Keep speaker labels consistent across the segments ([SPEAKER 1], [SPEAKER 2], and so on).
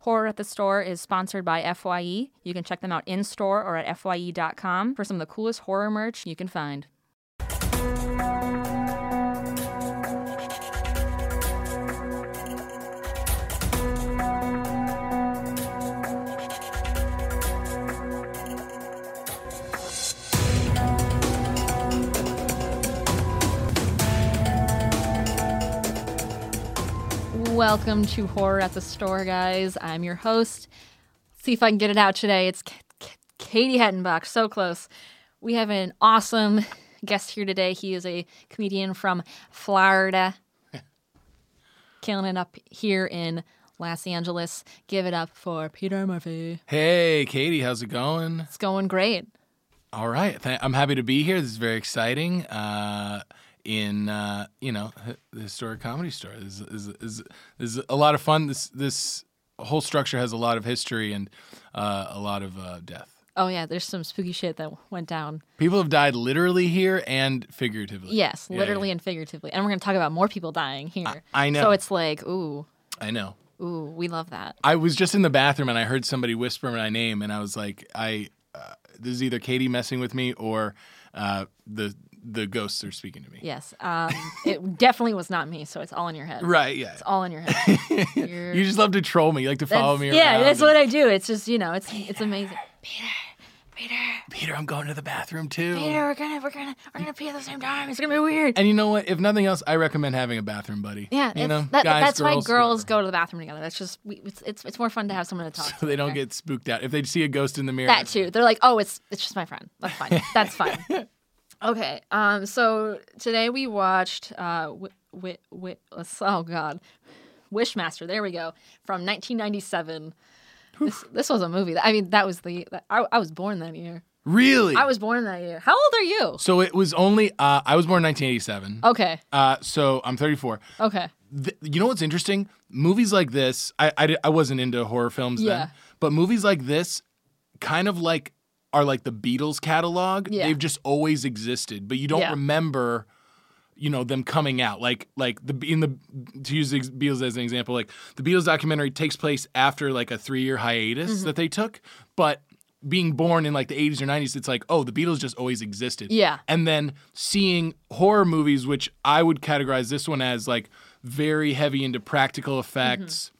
[SPEAKER 1] Horror at the Store is sponsored by FYE. You can check them out in store or at FYE.com for some of the coolest horror merch you can find. Welcome to Horror at the Store, guys. I'm your host. See if I can get it out today. It's K- K- Katie Hettenbach. So close. We have an awesome guest here today. He is a comedian from Florida, killing it up here in Los Angeles. Give it up for Peter Murphy.
[SPEAKER 2] Hey, Katie, how's it going?
[SPEAKER 1] It's going great.
[SPEAKER 2] All right, Th- I'm happy to be here. This is very exciting. Uh, in uh, you know h- the historic comedy store, this is, is, is, is a lot of fun. This this whole structure has a lot of history and uh, a lot of uh, death.
[SPEAKER 1] Oh yeah, there's some spooky shit that went down.
[SPEAKER 2] People have died literally here and figuratively.
[SPEAKER 1] Yes,
[SPEAKER 2] Yeah,
[SPEAKER 1] literally and figuratively. And we're going to talk about more people dying here.
[SPEAKER 2] I- I know.
[SPEAKER 1] So it's like, ooh,
[SPEAKER 2] yeah. I know.
[SPEAKER 1] ooh, we love that.
[SPEAKER 2] I was just in the bathroom and I heard somebody whisper my name, and I was like, I uh, this is either Katie messing with me or uh, the the ghosts are speaking to me.
[SPEAKER 1] Yes. Um, it definitely was not me, so it's all in your head.
[SPEAKER 2] Right. Yeah.
[SPEAKER 1] It's all in your head. You're-
[SPEAKER 2] You just love to troll me. You like to follow
[SPEAKER 1] that's-
[SPEAKER 2] me around.
[SPEAKER 1] yeah, that's what I do. It's just, you know, it's it's amazing.
[SPEAKER 2] Peter, I'm going to the bathroom too.
[SPEAKER 1] Yeah, we're gonna we're gonna we're gonna pee at the same time. It's gonna be weird.
[SPEAKER 2] And you know what? If nothing else, I recommend having a bathroom buddy.
[SPEAKER 1] yeah,
[SPEAKER 2] you
[SPEAKER 1] it's,
[SPEAKER 2] know,
[SPEAKER 1] that,
[SPEAKER 2] guys,
[SPEAKER 1] that's
[SPEAKER 2] girls,
[SPEAKER 1] why girls
[SPEAKER 2] whatever.
[SPEAKER 1] go to the bathroom together. That's just we, it's, it's it's more fun to have someone to talk. to
[SPEAKER 2] So they don't
[SPEAKER 1] together.
[SPEAKER 2] get spooked out. If they see a ghost in the mirror,
[SPEAKER 1] that too. They're like, oh, it's it's just my friend. That's fine. That's fine. Okay. Um. So today we watched uh, wi- wi- wi- oh god, Wishmaster. There we go. From 1997. This, this was a movie. That, I mean, that was the that, I, I was born that year.
[SPEAKER 2] Really?
[SPEAKER 1] I was born that year. How old are you?
[SPEAKER 2] so it was only uh, I was born in 1987.
[SPEAKER 1] Okay.
[SPEAKER 2] Uh, so I'm 34.
[SPEAKER 1] Okay.
[SPEAKER 2] Th- you know what's interesting? Movies like this, I, I, di- I wasn't into horror films
[SPEAKER 1] Yeah.
[SPEAKER 2] then, but movies like this kind of like are like the Beatles catalog.
[SPEAKER 1] Yeah.
[SPEAKER 2] They've just always existed, but you don't
[SPEAKER 1] Yeah.
[SPEAKER 2] remember you know them coming out like like the in the to use the Beatles as an example like the Beatles documentary takes place after like a 3 year hiatus
[SPEAKER 1] Mm-hmm.
[SPEAKER 2] that they took but being born in like the 80s or 90s it's like oh the Beatles just always existed
[SPEAKER 1] Yeah.
[SPEAKER 2] and then seeing horror movies which I would categorize this one as like very heavy into practical effects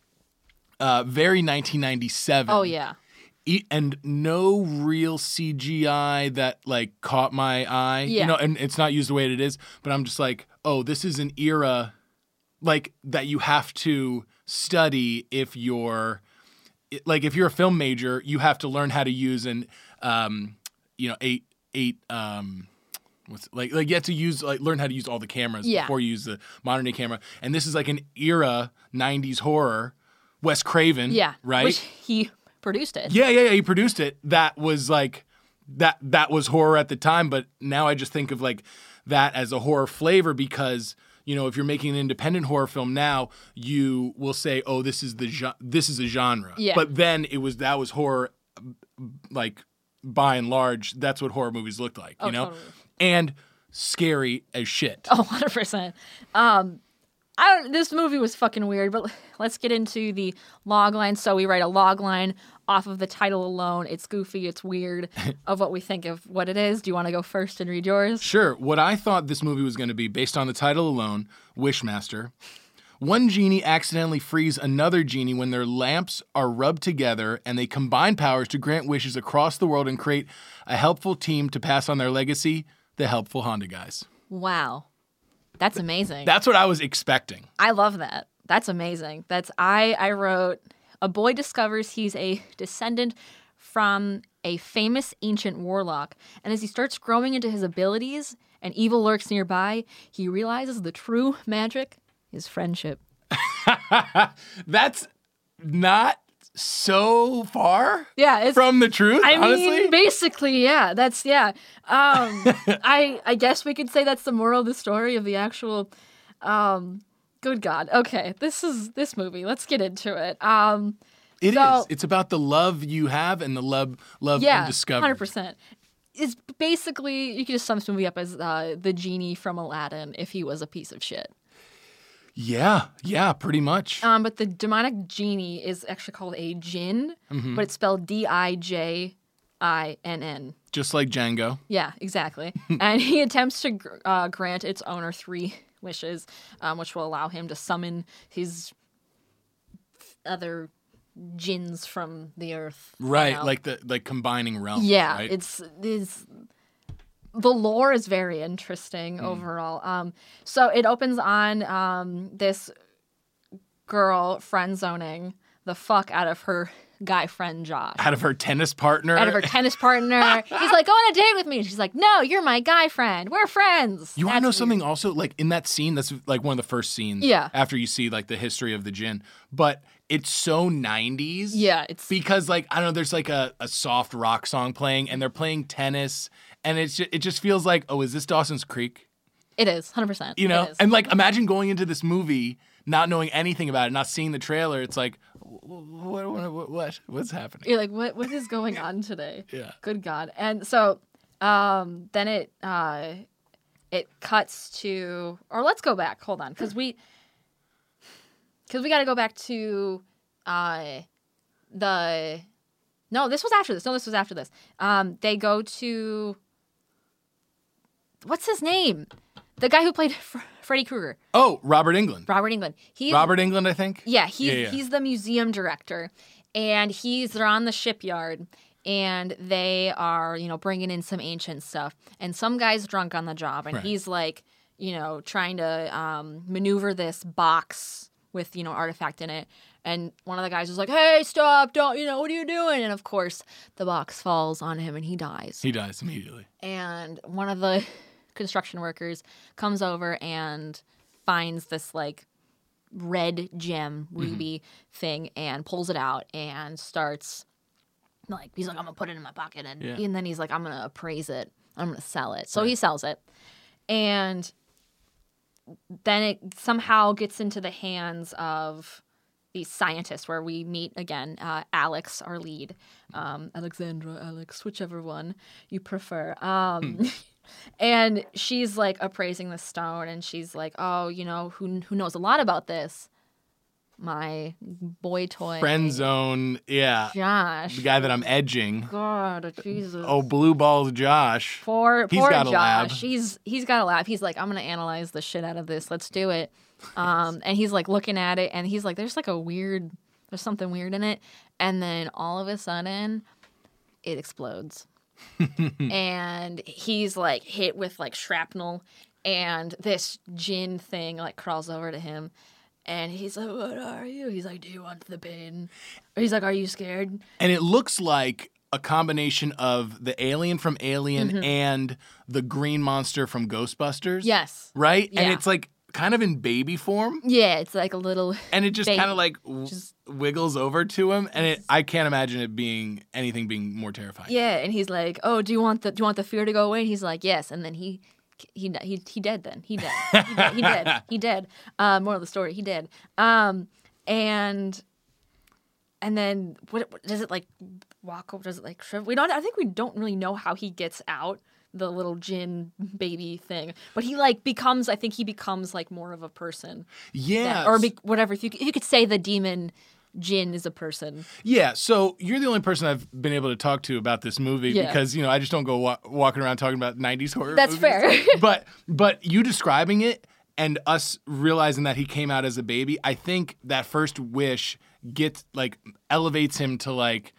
[SPEAKER 2] uh very 1997
[SPEAKER 1] Mm-hmm. Oh yeah.
[SPEAKER 2] e- and no real CGI that like caught my eye.
[SPEAKER 1] Yeah.
[SPEAKER 2] You know, and it's not used the way it is, but I'm just like, oh, this is an era like that you have to study if you're it- like if you're a film major, you have to learn how to use an um you know, eight eight um What's, like like you have to use like learn how to use all the cameras
[SPEAKER 1] Yeah.
[SPEAKER 2] before you use the modern day camera and this is like an era 90s horror Wes Craven
[SPEAKER 1] Yeah.
[SPEAKER 2] right
[SPEAKER 1] Which he produced it.
[SPEAKER 2] yeah, yeah, yeah. He produced it. That was like that that was horror at the time, but now I just think of like that as a horror flavor because you know if you're making an independent horror film now, you will say, "Oh, this is the gen- this is a genre."
[SPEAKER 1] Yeah.
[SPEAKER 2] But then it was that was horror, like by and large, that's what horror movies looked like.
[SPEAKER 1] Oh,
[SPEAKER 2] you know,
[SPEAKER 1] totally.
[SPEAKER 2] and scary as shit.
[SPEAKER 1] Oh, 100%. Um, I don't, this movie was fucking weird, but let's get into the log line. So we write a log line off of the title alone. It's goofy, it's weird of what we think of what it is. Do you want to go first and read yours?
[SPEAKER 2] Sure. What I thought this movie was going to be, based on the title alone, Wishmaster. One genie accidentally frees another genie when their lamps are rubbed together and they combine powers to grant wishes across the world and create a helpful team to pass on their legacy, the helpful Honda guys.
[SPEAKER 1] Wow. That's amazing.
[SPEAKER 2] That's what I was expecting.
[SPEAKER 1] I love that. That's amazing. That's I I wrote a boy discovers he's a descendant from a famous ancient warlock, and as he starts growing into his abilities and evil lurks nearby, he realizes the true magic is friendship.
[SPEAKER 2] That's not so far
[SPEAKER 1] Yeah, it's
[SPEAKER 2] from the truth,
[SPEAKER 1] I
[SPEAKER 2] honestly.
[SPEAKER 1] mean, basically, yeah. That's yeah. Um, I I guess we could say that's the moral of the story of the actual. Um, good God. Okay, this is this movie. Let's get into it. Um,
[SPEAKER 2] It is.
[SPEAKER 1] so-
[SPEAKER 2] It's about the love you have and the love love
[SPEAKER 1] yeah,
[SPEAKER 2] you discover.
[SPEAKER 1] Hundred percent. It's basically you could just sum this movie up as uh, the genie from Aladdin if he was a piece of shit.
[SPEAKER 2] Yeah, yeah, pretty much.
[SPEAKER 1] Um, but the demonic genie is actually called a jinn, but it's spelled D I J I N N.
[SPEAKER 2] Just like Django.
[SPEAKER 1] Yeah, exactly. and he attempts to gr- uh, grant its owner three wishes, um, which will allow him to summon his other jinns from the earth.
[SPEAKER 2] Right,
[SPEAKER 1] Now,
[SPEAKER 2] like the like combining realms.
[SPEAKER 1] yeah,
[SPEAKER 2] right?
[SPEAKER 1] it's is the lore is very interesting
[SPEAKER 2] Hmm.
[SPEAKER 1] overall. Um, so it opens on um this girl friend zoning the fuck out of her guy friend Josh.
[SPEAKER 2] out of her tennis partner.
[SPEAKER 1] Out of her tennis partner. He's like, go on a date with me. And she's like, no, you're my guy friend. We're friends.
[SPEAKER 2] you want to
[SPEAKER 1] That's
[SPEAKER 2] know
[SPEAKER 1] weird.
[SPEAKER 2] something also? Like in that scene, that's like one of the first scenes.
[SPEAKER 1] Yeah.
[SPEAKER 2] After you see like the history of the gin, but it's so '90s.
[SPEAKER 1] Yeah, it's
[SPEAKER 2] Because like I don't know, there's like a, a soft rock song playing, and they're playing tennis, and it's just, it just feels like, oh, is this Dawson's Creek?
[SPEAKER 1] it is 100%.
[SPEAKER 2] You know,
[SPEAKER 1] It is.
[SPEAKER 2] and like imagine going into this movie not knowing anything about it, not seeing the trailer. It's like, what, what, what, what what's happening?
[SPEAKER 1] You're like, what what is going on today?
[SPEAKER 2] Yeah.
[SPEAKER 1] Good God. And so um then it uh it cuts to or let's go back. Hold on, because we because we gotta go back to uh the no, this was after this. No, this was after this. Um they go to what's his name? The guy who played Fr- Freddy Krueger,
[SPEAKER 2] Oh, Robert England.
[SPEAKER 1] Robert England. He
[SPEAKER 2] Robert England, I think.
[SPEAKER 1] yeah, he's
[SPEAKER 2] Yeah, yeah.
[SPEAKER 1] he's the museum director, and he's they're on the shipyard, and they are you know bringing in some ancient stuff, and some guy's drunk on the job, and
[SPEAKER 2] Right.
[SPEAKER 1] he's like you know trying to um, maneuver this box with you know artifact in it. And one of the guys is like, "Hey, stop! Don't you know what are you doing?" And of course, the box falls on him, and he dies
[SPEAKER 2] He dies immediately.
[SPEAKER 1] and one of the construction workers comes over and finds this like red gem ruby thing and pulls it out and starts like he's like I'm gonna put it in my pocket and,
[SPEAKER 2] Yeah.
[SPEAKER 1] and then he's like I'm gonna appraise it I'm gonna sell it so he sells it and then it somehow gets into the hands of these scientists where we meet again uh, alex our lead um, alexandra alex whichever one you prefer um, and she's like appraising the stone and she's like oh you know who, who knows a lot about this my boy toy
[SPEAKER 2] Friend zone. Yeah.
[SPEAKER 1] josh
[SPEAKER 2] The guy that I'm edging.
[SPEAKER 1] god jesus
[SPEAKER 2] Oh, blue balls, Josh.
[SPEAKER 1] Poor,
[SPEAKER 2] He's
[SPEAKER 1] poor
[SPEAKER 2] got a lab.
[SPEAKER 1] Josh. He's he's got a lab. He's like, I'm gonna analyze the shit out of this. Let's do it. Um, and he's like looking at it, and he's like, there's like a weird, there's something weird in it. And then all of a sudden, it explodes, and he's like hit with like shrapnel, and this gin thing like crawls over to him. And he's like, "What are you?" He's like, "Do you want the pain?" He's like, "Are you scared?"
[SPEAKER 2] And it looks like a combination of the alien from Alien and the green monster from Ghostbusters.
[SPEAKER 1] Yes.
[SPEAKER 2] Right? And
[SPEAKER 1] Mm-hmm. Yeah.
[SPEAKER 2] it's like kind of in baby form.
[SPEAKER 1] Yeah, it's like a little.
[SPEAKER 2] And it just
[SPEAKER 1] Baby.
[SPEAKER 2] kind of like w- wiggles over to him. And it, I can't imagine it being anything being more terrifying.
[SPEAKER 1] Yeah, and he's like, "Oh, do you want the do you want the fear to go away?" And he's like, "Yes." And then he he he he dead. Then he dead. He dead. He dead. He dead. Uh, moral of the story: He dead. Um, and and then what, what does it like walk over? Does it like shriv- we don't? I think we don't really know how he gets out the little gin baby thing, but he like becomes. I think he becomes like more of a person,
[SPEAKER 2] Yeah.
[SPEAKER 1] or be, whatever. If you if you could say the demon. Jin is a person.
[SPEAKER 2] Yeah, so you're the only person I've been able to talk to about this movie
[SPEAKER 1] Yeah.
[SPEAKER 2] because you know I just don't go wa- walking around talking about '90s horror.
[SPEAKER 1] That's
[SPEAKER 2] movies.
[SPEAKER 1] fair.
[SPEAKER 2] but but you describing it and us realizing that he came out as a baby, I think that first wish gets like elevates him to like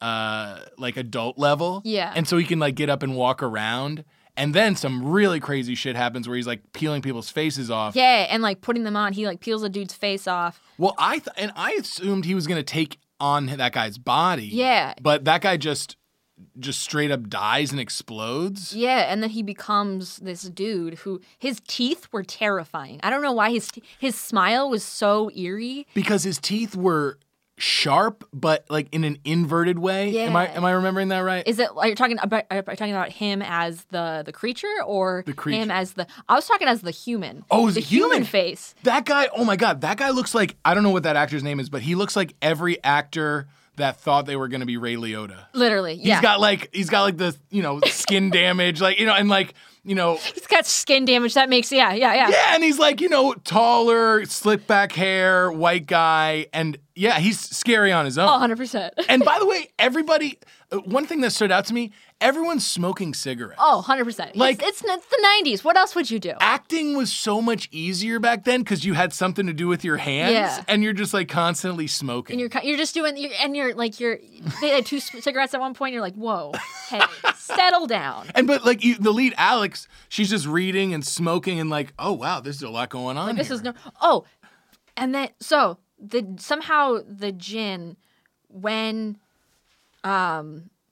[SPEAKER 2] uh like adult level.
[SPEAKER 1] Yeah.
[SPEAKER 2] and so he can like get up and walk around, and then some really crazy shit happens where he's like peeling people's faces off.
[SPEAKER 1] Yeah, and like putting them on, he like peels a dude's face off,
[SPEAKER 2] Well, I th- and I assumed he was going to take on that guy's body.
[SPEAKER 1] Yeah.
[SPEAKER 2] But that guy just just straight up dies and explodes.
[SPEAKER 1] Yeah, and then he becomes this dude who his teeth were terrifying. I don't know why his his smile was so eerie.
[SPEAKER 2] Because his teeth were sharp but like in an inverted way. Am I
[SPEAKER 1] Yeah.
[SPEAKER 2] am I remembering that right?
[SPEAKER 1] Is it are you talking about are you talking about him as the the creature or the
[SPEAKER 2] creature.
[SPEAKER 1] him as the I was talking as the human.
[SPEAKER 2] Oh, as
[SPEAKER 1] the
[SPEAKER 2] a human.
[SPEAKER 1] face.
[SPEAKER 2] that guy, oh my god, that guy looks like I don't know what that actor's name is, but he looks like every actor that thought they were going to be Ray Liotta.
[SPEAKER 1] Literally.
[SPEAKER 2] He's
[SPEAKER 1] Yeah.
[SPEAKER 2] got like he's got like the, you know, skin damage like, you know, and like you know,
[SPEAKER 1] He's got skin damage. That makes yeah, yeah, yeah.
[SPEAKER 2] yeah, and he's like, you know, taller, slick back hair, white guy, and yeah, he's scary on his own.
[SPEAKER 1] Oh, 100%.
[SPEAKER 2] And by the way, everybody, uh, one thing that stood out to me, everyone's smoking cigarettes.
[SPEAKER 1] Oh, 100%.
[SPEAKER 2] Like-
[SPEAKER 1] Like, it's, it's, it's the 90s. What else would you do?
[SPEAKER 2] Acting was so much easier back then because you had something to do with your hands
[SPEAKER 1] Yeah.
[SPEAKER 2] and you're just like constantly smoking.
[SPEAKER 1] and you're ki- you're just doing you're, and you're like you're they had two c- cigarettes at one point. You're like, whoa, hey, settle down.
[SPEAKER 2] And but like you, the lead Alex, she's just reading and smoking and like, oh wow, there's a lot going on.
[SPEAKER 1] This
[SPEAKER 2] here.
[SPEAKER 1] is no oh, and then so the somehow the gin when um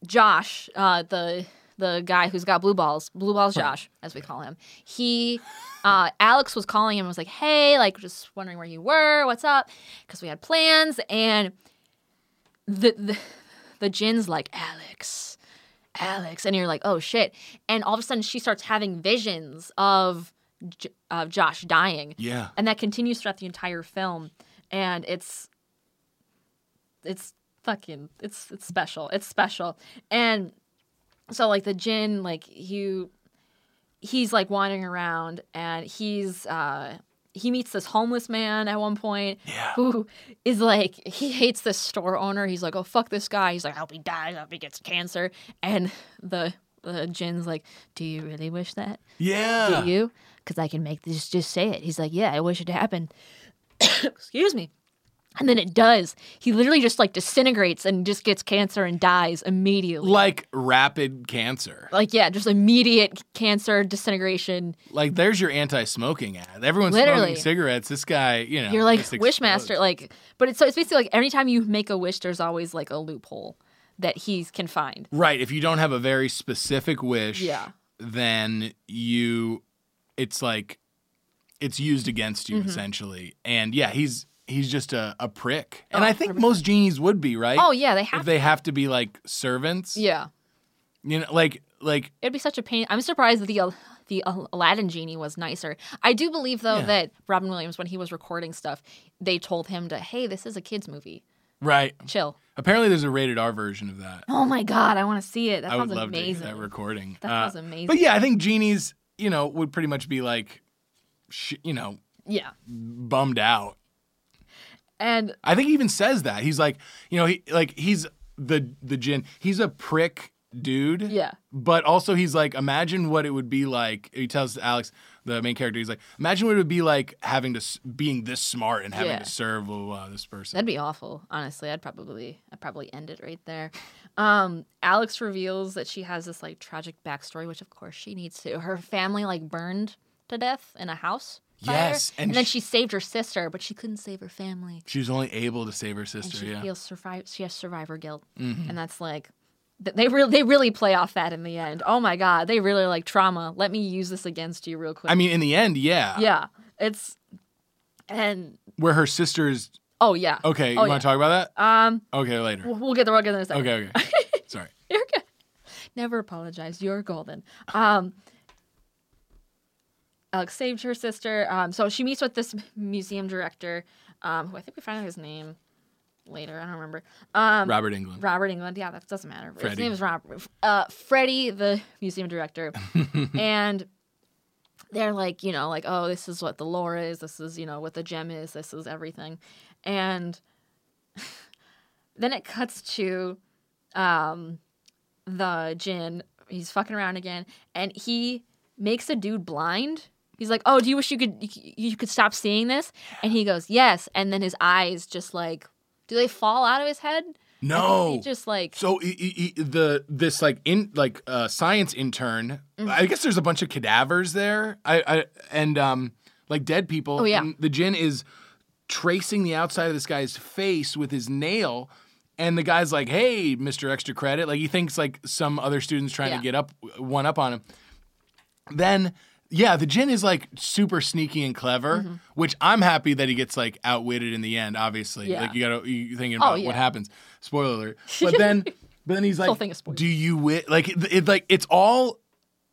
[SPEAKER 1] Josh uh the the guy who's got blue balls blue balls Josh as we call him he uh Alex was calling him and was like hey like just wondering where you were what's up because we had plans and the the the gin's like Alex Alex, and you're like, oh shit. And all of a sudden, she starts having visions of J- of Josh dying.
[SPEAKER 2] Yeah.
[SPEAKER 1] and that continues throughout the entire film, and it's it's fucking it's it's special. It's special, and so like the Jin, like you, he's like wandering around, and he's uh he meets this homeless man at one point
[SPEAKER 2] Yeah.
[SPEAKER 1] who is like he hates this store owner. He's like, "Oh fuck this guy." He's like, "I hope he dies. I hope he gets cancer." And the the Jin's like, "Do you really wish that?
[SPEAKER 2] Yeah.
[SPEAKER 1] Do you? Because I can make this. Just say it." He's like, "Yeah, I wish it happened." Excuse me. And then it does. He literally just like disintegrates and just gets cancer and dies immediately.
[SPEAKER 2] Like rapid cancer.
[SPEAKER 1] Like yeah, just immediate cancer disintegration.
[SPEAKER 2] Like there's your anti-smoking ad. Everyone's
[SPEAKER 1] Literally.
[SPEAKER 2] smoking cigarettes. This guy, you know,
[SPEAKER 1] You're like
[SPEAKER 2] just explodes.
[SPEAKER 1] Wishmaster, like, but it's so it's basically like anytime you make a wish, there's always like a loophole that he can find.
[SPEAKER 2] Right. If you don't have a very specific wish,
[SPEAKER 1] Yeah.
[SPEAKER 2] then you it's like it's used against
[SPEAKER 1] Mm-hmm.
[SPEAKER 2] you essentially. And yeah, he's he's just a, a prick. And I think most genies would be, right?
[SPEAKER 1] Oh yeah, they
[SPEAKER 2] If
[SPEAKER 1] have.
[SPEAKER 2] they have to be like servants.
[SPEAKER 1] yeah,
[SPEAKER 2] You know, like like
[SPEAKER 1] it'd be such a pain. I'm surprised that the Al- the Al- Aladdin genie was nicer. I do believe though
[SPEAKER 2] Yeah.
[SPEAKER 1] that Robin Williams, when he was recording stuff, they told him to, hey, this is a kids movie,
[SPEAKER 2] right.
[SPEAKER 1] chill.
[SPEAKER 2] Apparently there's a rated R version of that.
[SPEAKER 1] Oh my god, I want to see it. That
[SPEAKER 2] I would
[SPEAKER 1] sounds
[SPEAKER 2] love to
[SPEAKER 1] amazing.
[SPEAKER 2] hear that recording.
[SPEAKER 1] That
[SPEAKER 2] Uh,
[SPEAKER 1] sounds amazing.
[SPEAKER 2] But yeah, I think genies, you know, would pretty much be like sh- you know,
[SPEAKER 1] yeah,
[SPEAKER 2] bummed out
[SPEAKER 1] and
[SPEAKER 2] I think he even says that. He's like, you know, he like he's the the gin. He's a prick dude.
[SPEAKER 1] Yeah.
[SPEAKER 2] But also he's like, imagine what it would be like. He tells Alex, the main character, he's like, imagine what it would be like having to s- being this smart and having
[SPEAKER 1] Yeah.
[SPEAKER 2] to serve blah, blah, blah, this person.
[SPEAKER 1] That'd be awful. Honestly, I'd probably I'd probably end it right there. Um, Alex reveals that she has this like tragic backstory, which of course she needs to. Her family like burned to death in a house. fire,
[SPEAKER 2] Yes, and
[SPEAKER 1] and, then
[SPEAKER 2] sh-
[SPEAKER 1] she saved her sister, but she couldn't save her family.
[SPEAKER 2] she was only able to save her
[SPEAKER 1] And
[SPEAKER 2] sister.
[SPEAKER 1] she
[SPEAKER 2] Yeah. Mm-hmm.
[SPEAKER 1] feels surviv- she has survivor guilt, and that's like th- they really they really play off that in the end. Oh my god, they really like trauma. Let me use this against you real quick.
[SPEAKER 2] I mean, in the end, yeah.
[SPEAKER 1] yeah, it's and
[SPEAKER 2] Where her sister's.
[SPEAKER 1] oh yeah.
[SPEAKER 2] Okay, you
[SPEAKER 1] Oh,
[SPEAKER 2] want to talk about that?
[SPEAKER 1] Um,
[SPEAKER 2] Okay, later.
[SPEAKER 1] we'll, we'll get the rug in a second.
[SPEAKER 2] okay, okay. Sorry.
[SPEAKER 1] You're good. Never apologize. You're golden. Um, Alex saved her sister. Um, so she meets with this museum director, um, who I think we find out his name later. I don't remember. Um,
[SPEAKER 2] Robert England.
[SPEAKER 1] Robert England. Yeah, that doesn't matter. His
[SPEAKER 2] Freddie.
[SPEAKER 1] name is Robert. Uh, Freddie, the museum director, and they're like, you know, like, oh, this is what the lore is. This is, you know, what the gem is. This is everything, and then it cuts to um, the Jin. He's fucking around again, and he makes a dude blind. He's like, "Oh, do you wish you could you, you could stop seeing this?" And he goes, "Yes." And then his eyes just like, do they fall out of his head?
[SPEAKER 2] No.
[SPEAKER 1] He just like
[SPEAKER 2] Oh, So he, he, he- the this like in like uh, science intern,
[SPEAKER 1] Mm-hmm.
[SPEAKER 2] I guess there's a bunch of cadavers there. I, I and um like dead people.
[SPEAKER 1] Oh, yeah.
[SPEAKER 2] And the gin is tracing the outside of this guy's face with his nail, and the guy's like, "Hey, Mister Extra Credit!" Like he thinks like some other students trying
[SPEAKER 1] Yeah.
[SPEAKER 2] to get up one up on him. Then. Yeah, the gin is like super sneaky and clever,
[SPEAKER 1] Mm-hmm.
[SPEAKER 2] which I'm happy that he gets like outwitted in the end. Obviously,
[SPEAKER 1] Yeah. Oh,
[SPEAKER 2] like you gotta you thinking about
[SPEAKER 1] yeah.
[SPEAKER 2] what happens. Spoiler alert. But then, but then he's like,
[SPEAKER 1] whole thing is spoiled.
[SPEAKER 2] "Do you wi-? like it, it- Like it's all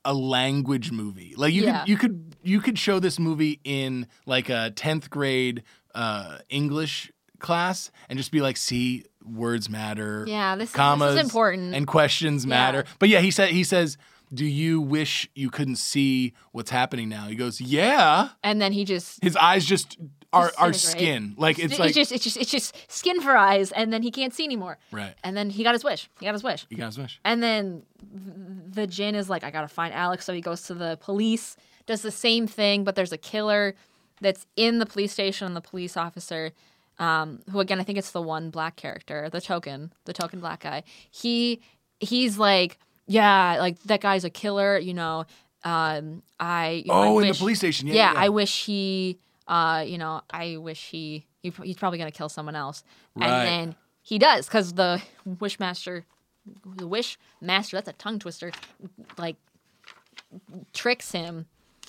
[SPEAKER 2] a language movie. Like you
[SPEAKER 1] Yeah.
[SPEAKER 2] could you could you could show this movie in like a tenth grade uh, English class and just be like, see, words matter.
[SPEAKER 1] Yeah, this is- this is
[SPEAKER 2] commas
[SPEAKER 1] important.
[SPEAKER 2] and questions matter. But yeah, he said he says Do you wish you couldn't see what's happening now? He goes, Yeah.
[SPEAKER 1] And then he just
[SPEAKER 2] His eyes just are, are
[SPEAKER 1] Disintegrate.
[SPEAKER 2] skin. Like it's
[SPEAKER 1] it's
[SPEAKER 2] like
[SPEAKER 1] just it's just it's just skin for eyes, and then he can't see anymore.
[SPEAKER 2] Right.
[SPEAKER 1] And then he got his wish. He got his wish.
[SPEAKER 2] You guys wish.
[SPEAKER 1] And then the Jin is like, I gotta find Alex. So he goes to the police, does the same thing, but there's a killer that's in the police station and the police officer, um, who again I think it's the one black character, the token, the token black guy. He he's like, yeah, like that guy's a killer. You know, um, I you know, I
[SPEAKER 2] Oh, in the
[SPEAKER 1] wish-
[SPEAKER 2] police station. Yeah.
[SPEAKER 1] yeah,
[SPEAKER 2] yeah, yeah.
[SPEAKER 1] I wish he, uh, you know, I wish he, he he's probably gonna kill someone else,
[SPEAKER 2] Right.
[SPEAKER 1] and then he does because the wishmaster, the wish master, that's a tongue twister, like tricks him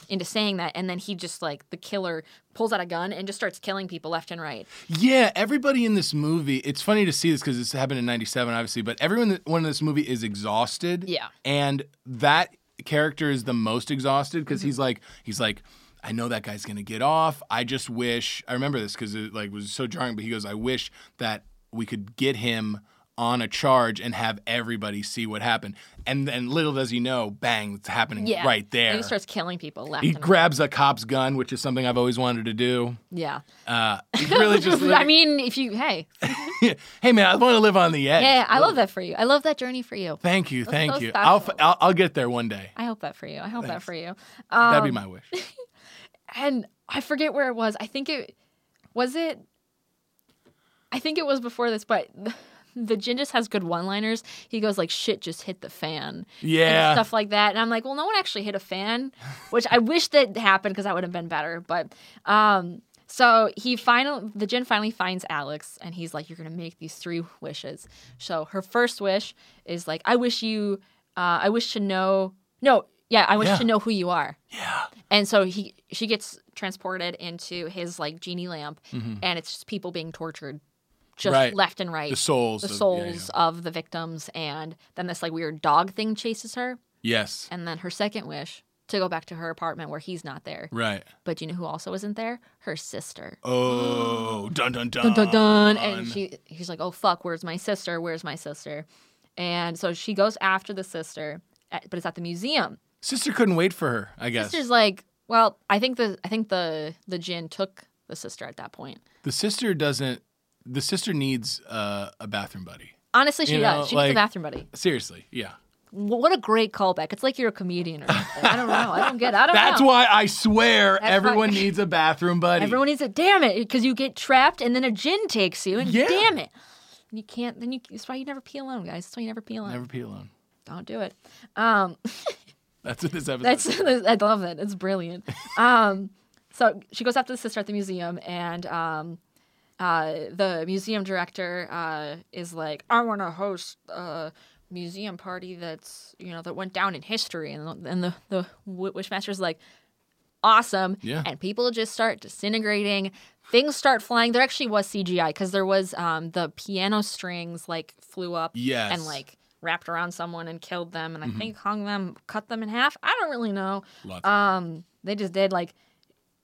[SPEAKER 1] into saying that, and then he just like the killer pulls out a gun and just starts killing people left and right.
[SPEAKER 2] Yeah, everybody in this movie, it's funny to see this because this happened in 97, obviously, but everyone that, one in this movie is exhausted.
[SPEAKER 1] Yeah.
[SPEAKER 2] And that character is the most exhausted because
[SPEAKER 1] Mm-hmm.
[SPEAKER 2] he's like, he's like, I know that guy's going to get off. I just wish, I remember this because it like was so jarring, but he goes, I wish that we could get him on a charge and have everybody see what happened. And then little does he know, bang, it's happening
[SPEAKER 1] Yeah,
[SPEAKER 2] right there.
[SPEAKER 1] And he starts killing people left
[SPEAKER 2] he
[SPEAKER 1] and right.
[SPEAKER 2] grabs a cop's gun, which is something I've always wanted to do.
[SPEAKER 1] Yeah,
[SPEAKER 2] Uh, he really just
[SPEAKER 1] I mean, if you hey,
[SPEAKER 2] hey man, I want to live on the edge.
[SPEAKER 1] yeah, I love that for you. I love that journey for you.
[SPEAKER 2] Thank you, thank
[SPEAKER 1] so
[SPEAKER 2] you. I'll, f-
[SPEAKER 1] thoughtful.
[SPEAKER 2] I'll I'll get there one day.
[SPEAKER 1] I hope that for you. I hope that for you.
[SPEAKER 2] That'd
[SPEAKER 1] Um,
[SPEAKER 2] be my wish.
[SPEAKER 1] and I forget where it was. I think it was it. I think it was before this, but the Jin just has good one-liners. He goes like, "Shit just hit the fan,"
[SPEAKER 2] Yeah.
[SPEAKER 1] and stuff like that. And I'm like, "Well, no one actually hit a fan," which I wish that happened because that would have been better. But um, so he final the Jin finally finds Alex, and he's like, "You're gonna make these three wishes." So her first wish is like, "I wish you, uh, I wish to know, no, yeah, I wish
[SPEAKER 2] Yeah.
[SPEAKER 1] to know who you are."
[SPEAKER 2] Yeah.
[SPEAKER 1] And so he she gets transported into his like genie lamp and it's just people being tortured just
[SPEAKER 2] Mm-hmm. Right.
[SPEAKER 1] left and right.
[SPEAKER 2] The souls.
[SPEAKER 1] The
[SPEAKER 2] of- yeah,
[SPEAKER 1] souls
[SPEAKER 2] yeah.
[SPEAKER 1] of the victims and then this like weird dog thing chases her
[SPEAKER 2] Yes.
[SPEAKER 1] and then her second wish to go back to her apartment where he's not there.
[SPEAKER 2] Right.
[SPEAKER 1] But do you know who also isn't there? Her sister.
[SPEAKER 2] Oh, dun dun dun.
[SPEAKER 1] Dun, dun, dun. And she he's like, "Oh fuck, where's my sister? Where's my sister?" And so she goes after the sister, at- but it's at the museum.
[SPEAKER 2] Sister couldn't wait for her. I guess
[SPEAKER 1] sister's like, well, I think the I think the the Jin took the sister at that point.
[SPEAKER 2] the sister doesn't. The sister needs uh, a bathroom buddy.
[SPEAKER 1] Honestly, she
[SPEAKER 2] You know,
[SPEAKER 1] does. She needs
[SPEAKER 2] like-
[SPEAKER 1] a bathroom buddy.
[SPEAKER 2] Seriously. Yeah.
[SPEAKER 1] W- What a great callback! It's like you're a comedian or something. I don't know. I don't get. It. I don't
[SPEAKER 2] That's
[SPEAKER 1] know.
[SPEAKER 2] why I swear
[SPEAKER 1] That's
[SPEAKER 2] everyone
[SPEAKER 1] why-
[SPEAKER 2] needs a bathroom buddy.
[SPEAKER 1] Everyone needs it. Damn it, because you get trapped and then a Jin takes you, and
[SPEAKER 2] Yeah.
[SPEAKER 1] damn it, and you can't. Then you. That's why you never pee alone, guys. That's why you never pee alone.
[SPEAKER 2] Never pee alone.
[SPEAKER 1] Don't do it. Um,
[SPEAKER 2] That's what this episode.
[SPEAKER 1] That's I love that. It's brilliant. Um, so she goes after the sister at the museum, and um, uh, the museum director uh, is like, "I want to host a museum party that's you know that went down in history," and and the the wi- wishmaster's like, "Awesome!"
[SPEAKER 2] Yeah.
[SPEAKER 1] and people just start disintegrating. Things start flying. There actually was CGI because there was um, the piano strings like flew up
[SPEAKER 2] Yes.
[SPEAKER 1] and like wrapped around someone and killed them and I think hung them, cut them in half. I don't really know.
[SPEAKER 2] Lots.
[SPEAKER 1] Um, they just did like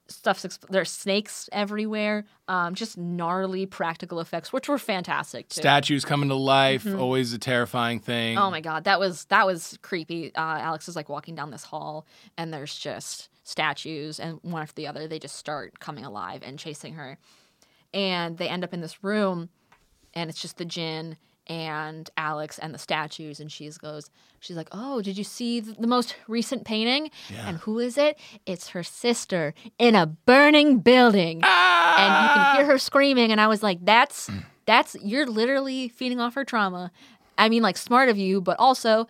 [SPEAKER 1] stuff's ex- there's snakes everywhere. Um, just gnarly practical effects, which were fantastic too.
[SPEAKER 2] Statues coming to life. Always a terrifying thing.
[SPEAKER 1] mm-hmm. oh my god, that was that was creepy. Uh, Alex is like walking down this hall and there's just statues and one after the other they just start coming alive and chasing her. And they end up in this room and it's just the gin and Alex and the statues and she's goes she's like oh did you see th- the most recent painting and who is it it's her sister in a burning building and you can hear her screaming and I was like that's that's you're literally feeding off her trauma I mean like smart of you but also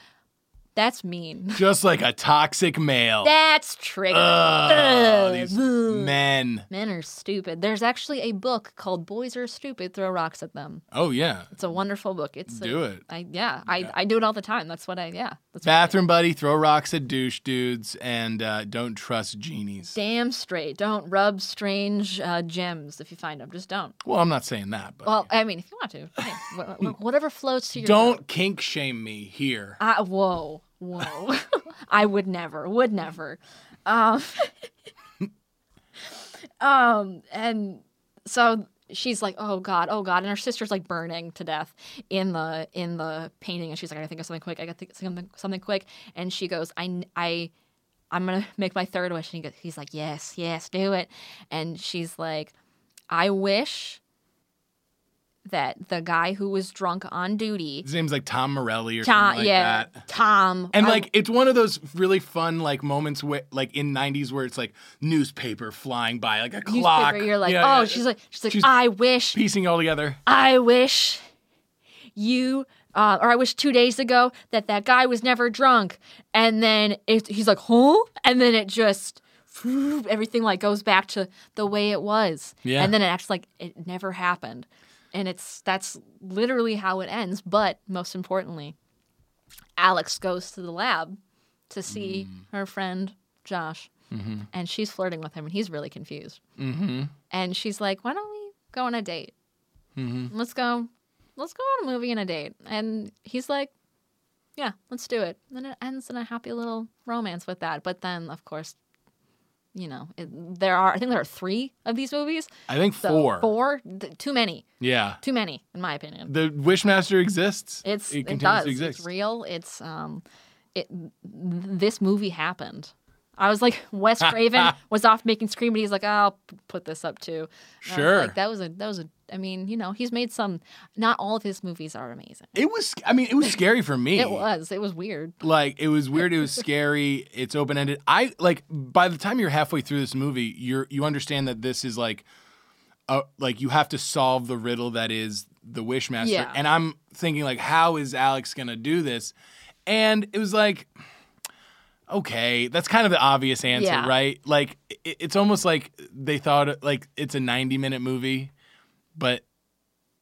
[SPEAKER 1] that's mean
[SPEAKER 2] Just like a toxic male.
[SPEAKER 1] that's trigger
[SPEAKER 2] Ugh,
[SPEAKER 1] Ugh.
[SPEAKER 2] these
[SPEAKER 1] Oh, Ugh.
[SPEAKER 2] men.
[SPEAKER 1] men are stupid there's actually a book called boys are stupid throw rocks at them
[SPEAKER 2] Oh yeah.
[SPEAKER 1] It's a wonderful book. It's
[SPEAKER 2] Do
[SPEAKER 1] a,
[SPEAKER 2] it.
[SPEAKER 1] I yeah, I I do it all the time. That's what I yeah. That's what I do.
[SPEAKER 2] Bathroom buddy, throw rocks at douche dudes, and uh, don't trust genies.
[SPEAKER 1] Damn straight. Don't rub strange uh, gems if you find them. Just don't.
[SPEAKER 2] Well, I'm not saying that, but
[SPEAKER 1] Well, I mean, if you want to, hey, wh- wh- whatever floats to your
[SPEAKER 2] don't kink shame me here.
[SPEAKER 1] I, whoa, whoa. I would never, would never. Um, um, and so she's like, "Oh God, oh God," and her sister's like burning to death in the in the painting, and she's like, "I gotta think of something quick. I gotta think of something something quick." And she goes, "I I." I'm gonna make my third wish, and he goes, he's like, "Yes, yes, do it." And she's like, "I wish that the guy who was drunk on duty,
[SPEAKER 2] His name's like Tom Morelli or
[SPEAKER 1] Tom,
[SPEAKER 2] something like
[SPEAKER 1] yeah,
[SPEAKER 2] that.
[SPEAKER 1] Tom,
[SPEAKER 2] And
[SPEAKER 1] I-
[SPEAKER 2] like it's one of those really fun like moments where like in '90s where it's like newspaper flying by like a
[SPEAKER 1] newspaper,
[SPEAKER 2] clock.
[SPEAKER 1] you're like,
[SPEAKER 2] Yeah,
[SPEAKER 1] oh,
[SPEAKER 2] yeah.
[SPEAKER 1] she's like, she's like,
[SPEAKER 2] She's-
[SPEAKER 1] I wish
[SPEAKER 2] piecing it all together.
[SPEAKER 1] I wish you, uh, or I wish two days ago that that guy was never drunk. And then it, he's like, huh? And then it just, everything like goes back to the way it was.
[SPEAKER 2] Yeah.
[SPEAKER 1] And then it acts like it never happened. And it's, that's literally how it ends. But most importantly, Alex goes to the lab to see her friend Josh. And she's flirting with him and he's really confused. And she's like, why don't we go on a date? let's go let's go on a movie and a date and he's like yeah let's do it and then it ends in a happy little romance with that but then of course you know it, there are i think there are three of these movies
[SPEAKER 2] I think
[SPEAKER 1] so
[SPEAKER 2] four.
[SPEAKER 1] four Th- too many
[SPEAKER 2] Yeah.
[SPEAKER 1] too many in my opinion
[SPEAKER 2] The Wishmaster exists.
[SPEAKER 1] it's
[SPEAKER 2] it
[SPEAKER 1] it,
[SPEAKER 2] continues
[SPEAKER 1] does
[SPEAKER 2] to
[SPEAKER 1] it's
[SPEAKER 2] exist.
[SPEAKER 1] real it's um it th- this movie happened I was like, Wes Craven was off making Scream, and he's like, "I'll p- put this up too." And I was
[SPEAKER 2] Sure.
[SPEAKER 1] like, that was a that was a. I mean, you know, he's made some. Not all of his movies are amazing.
[SPEAKER 2] it was. I mean, it was scary for me.
[SPEAKER 1] It was. It was weird.
[SPEAKER 2] Like it was weird. It was scary. It's open ended. I like. By the time you're halfway through this movie, you're you understand that this is like, a, like you have to solve the riddle that is the Wishmaster.
[SPEAKER 1] Yeah.
[SPEAKER 2] And I'm thinking like, how is Alex gonna do this? And it was like, okay, that's kind of the obvious answer,
[SPEAKER 1] Yeah.
[SPEAKER 2] right? Like it, it's almost like they thought like it's a 90 minute movie, but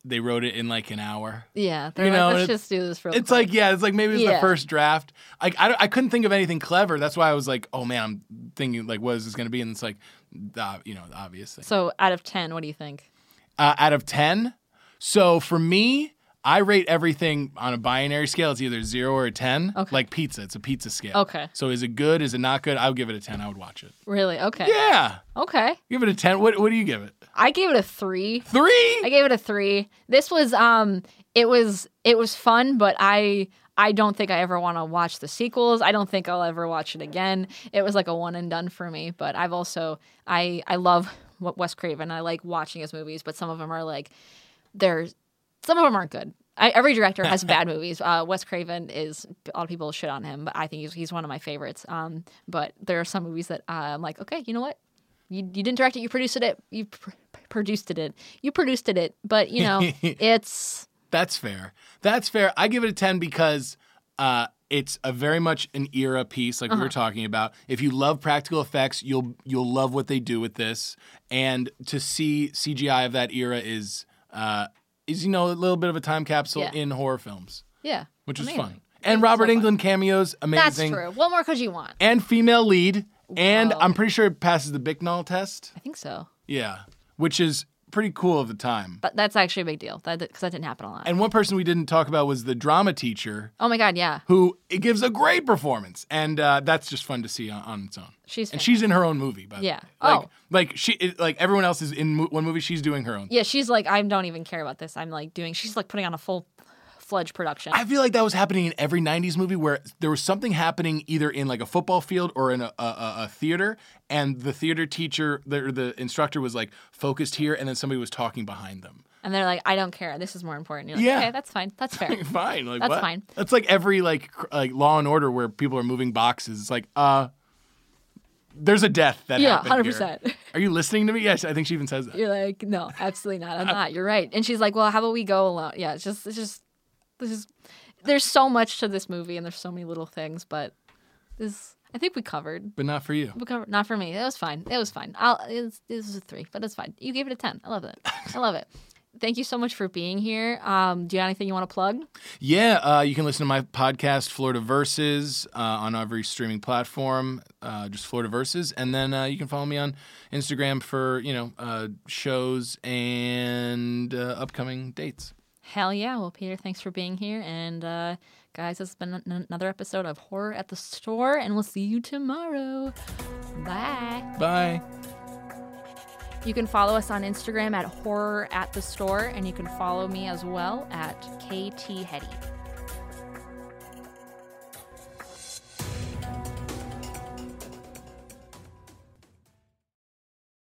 [SPEAKER 2] they wrote it in like an hour.
[SPEAKER 1] Yeah, they're
[SPEAKER 2] You
[SPEAKER 1] like,
[SPEAKER 2] know,
[SPEAKER 1] let's
[SPEAKER 2] it's-
[SPEAKER 1] just do this real
[SPEAKER 2] It's
[SPEAKER 1] quick.
[SPEAKER 2] like yeah, it's like maybe it's
[SPEAKER 1] Yeah.
[SPEAKER 2] the first draft. Like I, don't- I couldn't think of anything clever. That's why I was like, oh man, I'm thinking like, what is this going to be? And it's like, the, ob- you know, the obvious thing.
[SPEAKER 1] so out of ten, what do you think?
[SPEAKER 2] Uh, out of ten, so for me, I rate everything on a binary scale. It's either zero or a ten.
[SPEAKER 1] Okay.
[SPEAKER 2] Like pizza, it's a pizza scale.
[SPEAKER 1] Okay.
[SPEAKER 2] So is it good? Is it not good? I would give it a ten. I would watch it.
[SPEAKER 1] Really? Okay.
[SPEAKER 2] Yeah,
[SPEAKER 1] Okay.
[SPEAKER 2] give it a ten. What What do you give it?
[SPEAKER 1] I gave it a three.
[SPEAKER 2] Three.
[SPEAKER 1] I gave it a three. This was um, it was it was fun, but I I don't think I ever want to watch the sequels. I don't think I'll ever watch it again. It was like a one and done for me. But I've also I I love what Wes Craven. I like watching his movies, but some of them are like they're some of them aren't good. I, every director has bad movies. Uh, Wes Craven is a lot of people shit on him, but I think he's, he's one of my favorites. Um, but there are some movies that uh, I'm like, okay, you know what? You, you didn't direct it. You produced it. You pr- produced it. You produced it. But you know, it's
[SPEAKER 2] That's fair. That's fair. I give it a 10 because uh, it's a very much an era piece like we
[SPEAKER 1] Uh-huh.
[SPEAKER 2] were talking about. If you love practical effects, you'll you'll love what they do with this. And to see CGI of that era is uh, is you know a little bit of a time capsule
[SPEAKER 1] Yeah.
[SPEAKER 2] in horror films,
[SPEAKER 1] yeah,
[SPEAKER 2] which
[SPEAKER 1] Amazing.
[SPEAKER 2] is fun. And Robert
[SPEAKER 1] so fun.
[SPEAKER 2] England cameos
[SPEAKER 1] That's
[SPEAKER 2] amazing.
[SPEAKER 1] true. What more could you want?
[SPEAKER 2] And female lead and
[SPEAKER 1] Wow.
[SPEAKER 2] I'm pretty sure it passes the Bicknell test.
[SPEAKER 1] I think so.
[SPEAKER 2] Yeah, which is pretty cool of the time.
[SPEAKER 1] But that's actually a big deal. That because that didn't happen a lot.
[SPEAKER 2] And one person we didn't talk about was the drama teacher
[SPEAKER 1] oh my god, yeah,
[SPEAKER 2] who it gives a great performance, and uh, that's just fun to see on, on its own.
[SPEAKER 1] she's
[SPEAKER 2] And
[SPEAKER 1] fan-
[SPEAKER 2] she's in her own movie, by the
[SPEAKER 1] Yeah.
[SPEAKER 2] way. Like,
[SPEAKER 1] Oh.
[SPEAKER 2] like she, it, like everyone else is in mo- one movie. She's doing her own.
[SPEAKER 1] yeah, she's like I don't even care about this. I'm like doing. She's like putting on a full fledged production.
[SPEAKER 2] I feel like that was happening in every '90s movie where there was something happening either in like a football field or in a, a, a a theater, and the theater teacher, the, or the instructor was like focused here, and then somebody was talking behind them.
[SPEAKER 1] And they're like, I don't care. This is more important. You're like,
[SPEAKER 2] Yeah.
[SPEAKER 1] okay, that's fine. That's fair.
[SPEAKER 2] fine, like
[SPEAKER 1] That's
[SPEAKER 2] what?
[SPEAKER 1] fine.
[SPEAKER 2] That's like every like cr- like Law and Order where people are moving boxes. It's like uh, there's a death that
[SPEAKER 1] Yeah,
[SPEAKER 2] happened here.
[SPEAKER 1] 100%.
[SPEAKER 2] Are you listening to me? Yes, I think she even says that.
[SPEAKER 1] You're like, no, absolutely not. I'm not. You're right. And she's like, well, how about we go alone? Yeah, it's just, it's just, this is, there's so much to this movie and there's so many little things, but this, I think we covered.
[SPEAKER 2] But not for you.
[SPEAKER 1] We covered. Not for me. It was fine. It was fine. I'll, it's, this was a three, but it's fine. You gave it a 10. I love it. I love it. Thank you so much for being here. Um, do you have anything you want to plug?
[SPEAKER 2] Yeah, uh, you can listen to my podcast Florida Verses uh, on every streaming platform. Uh, just Florida Verses, and then uh, you can follow me on Instagram for you know uh, shows and uh, upcoming dates.
[SPEAKER 1] Hell yeah. Well, Peter, thanks for being here. And uh, guys, this has been an- another episode of Horror at the Store, and we'll see you tomorrow. Bye.
[SPEAKER 2] Bye.
[SPEAKER 1] You can follow us on Instagram at horror at the store, and you can follow me as well at KT Hetty.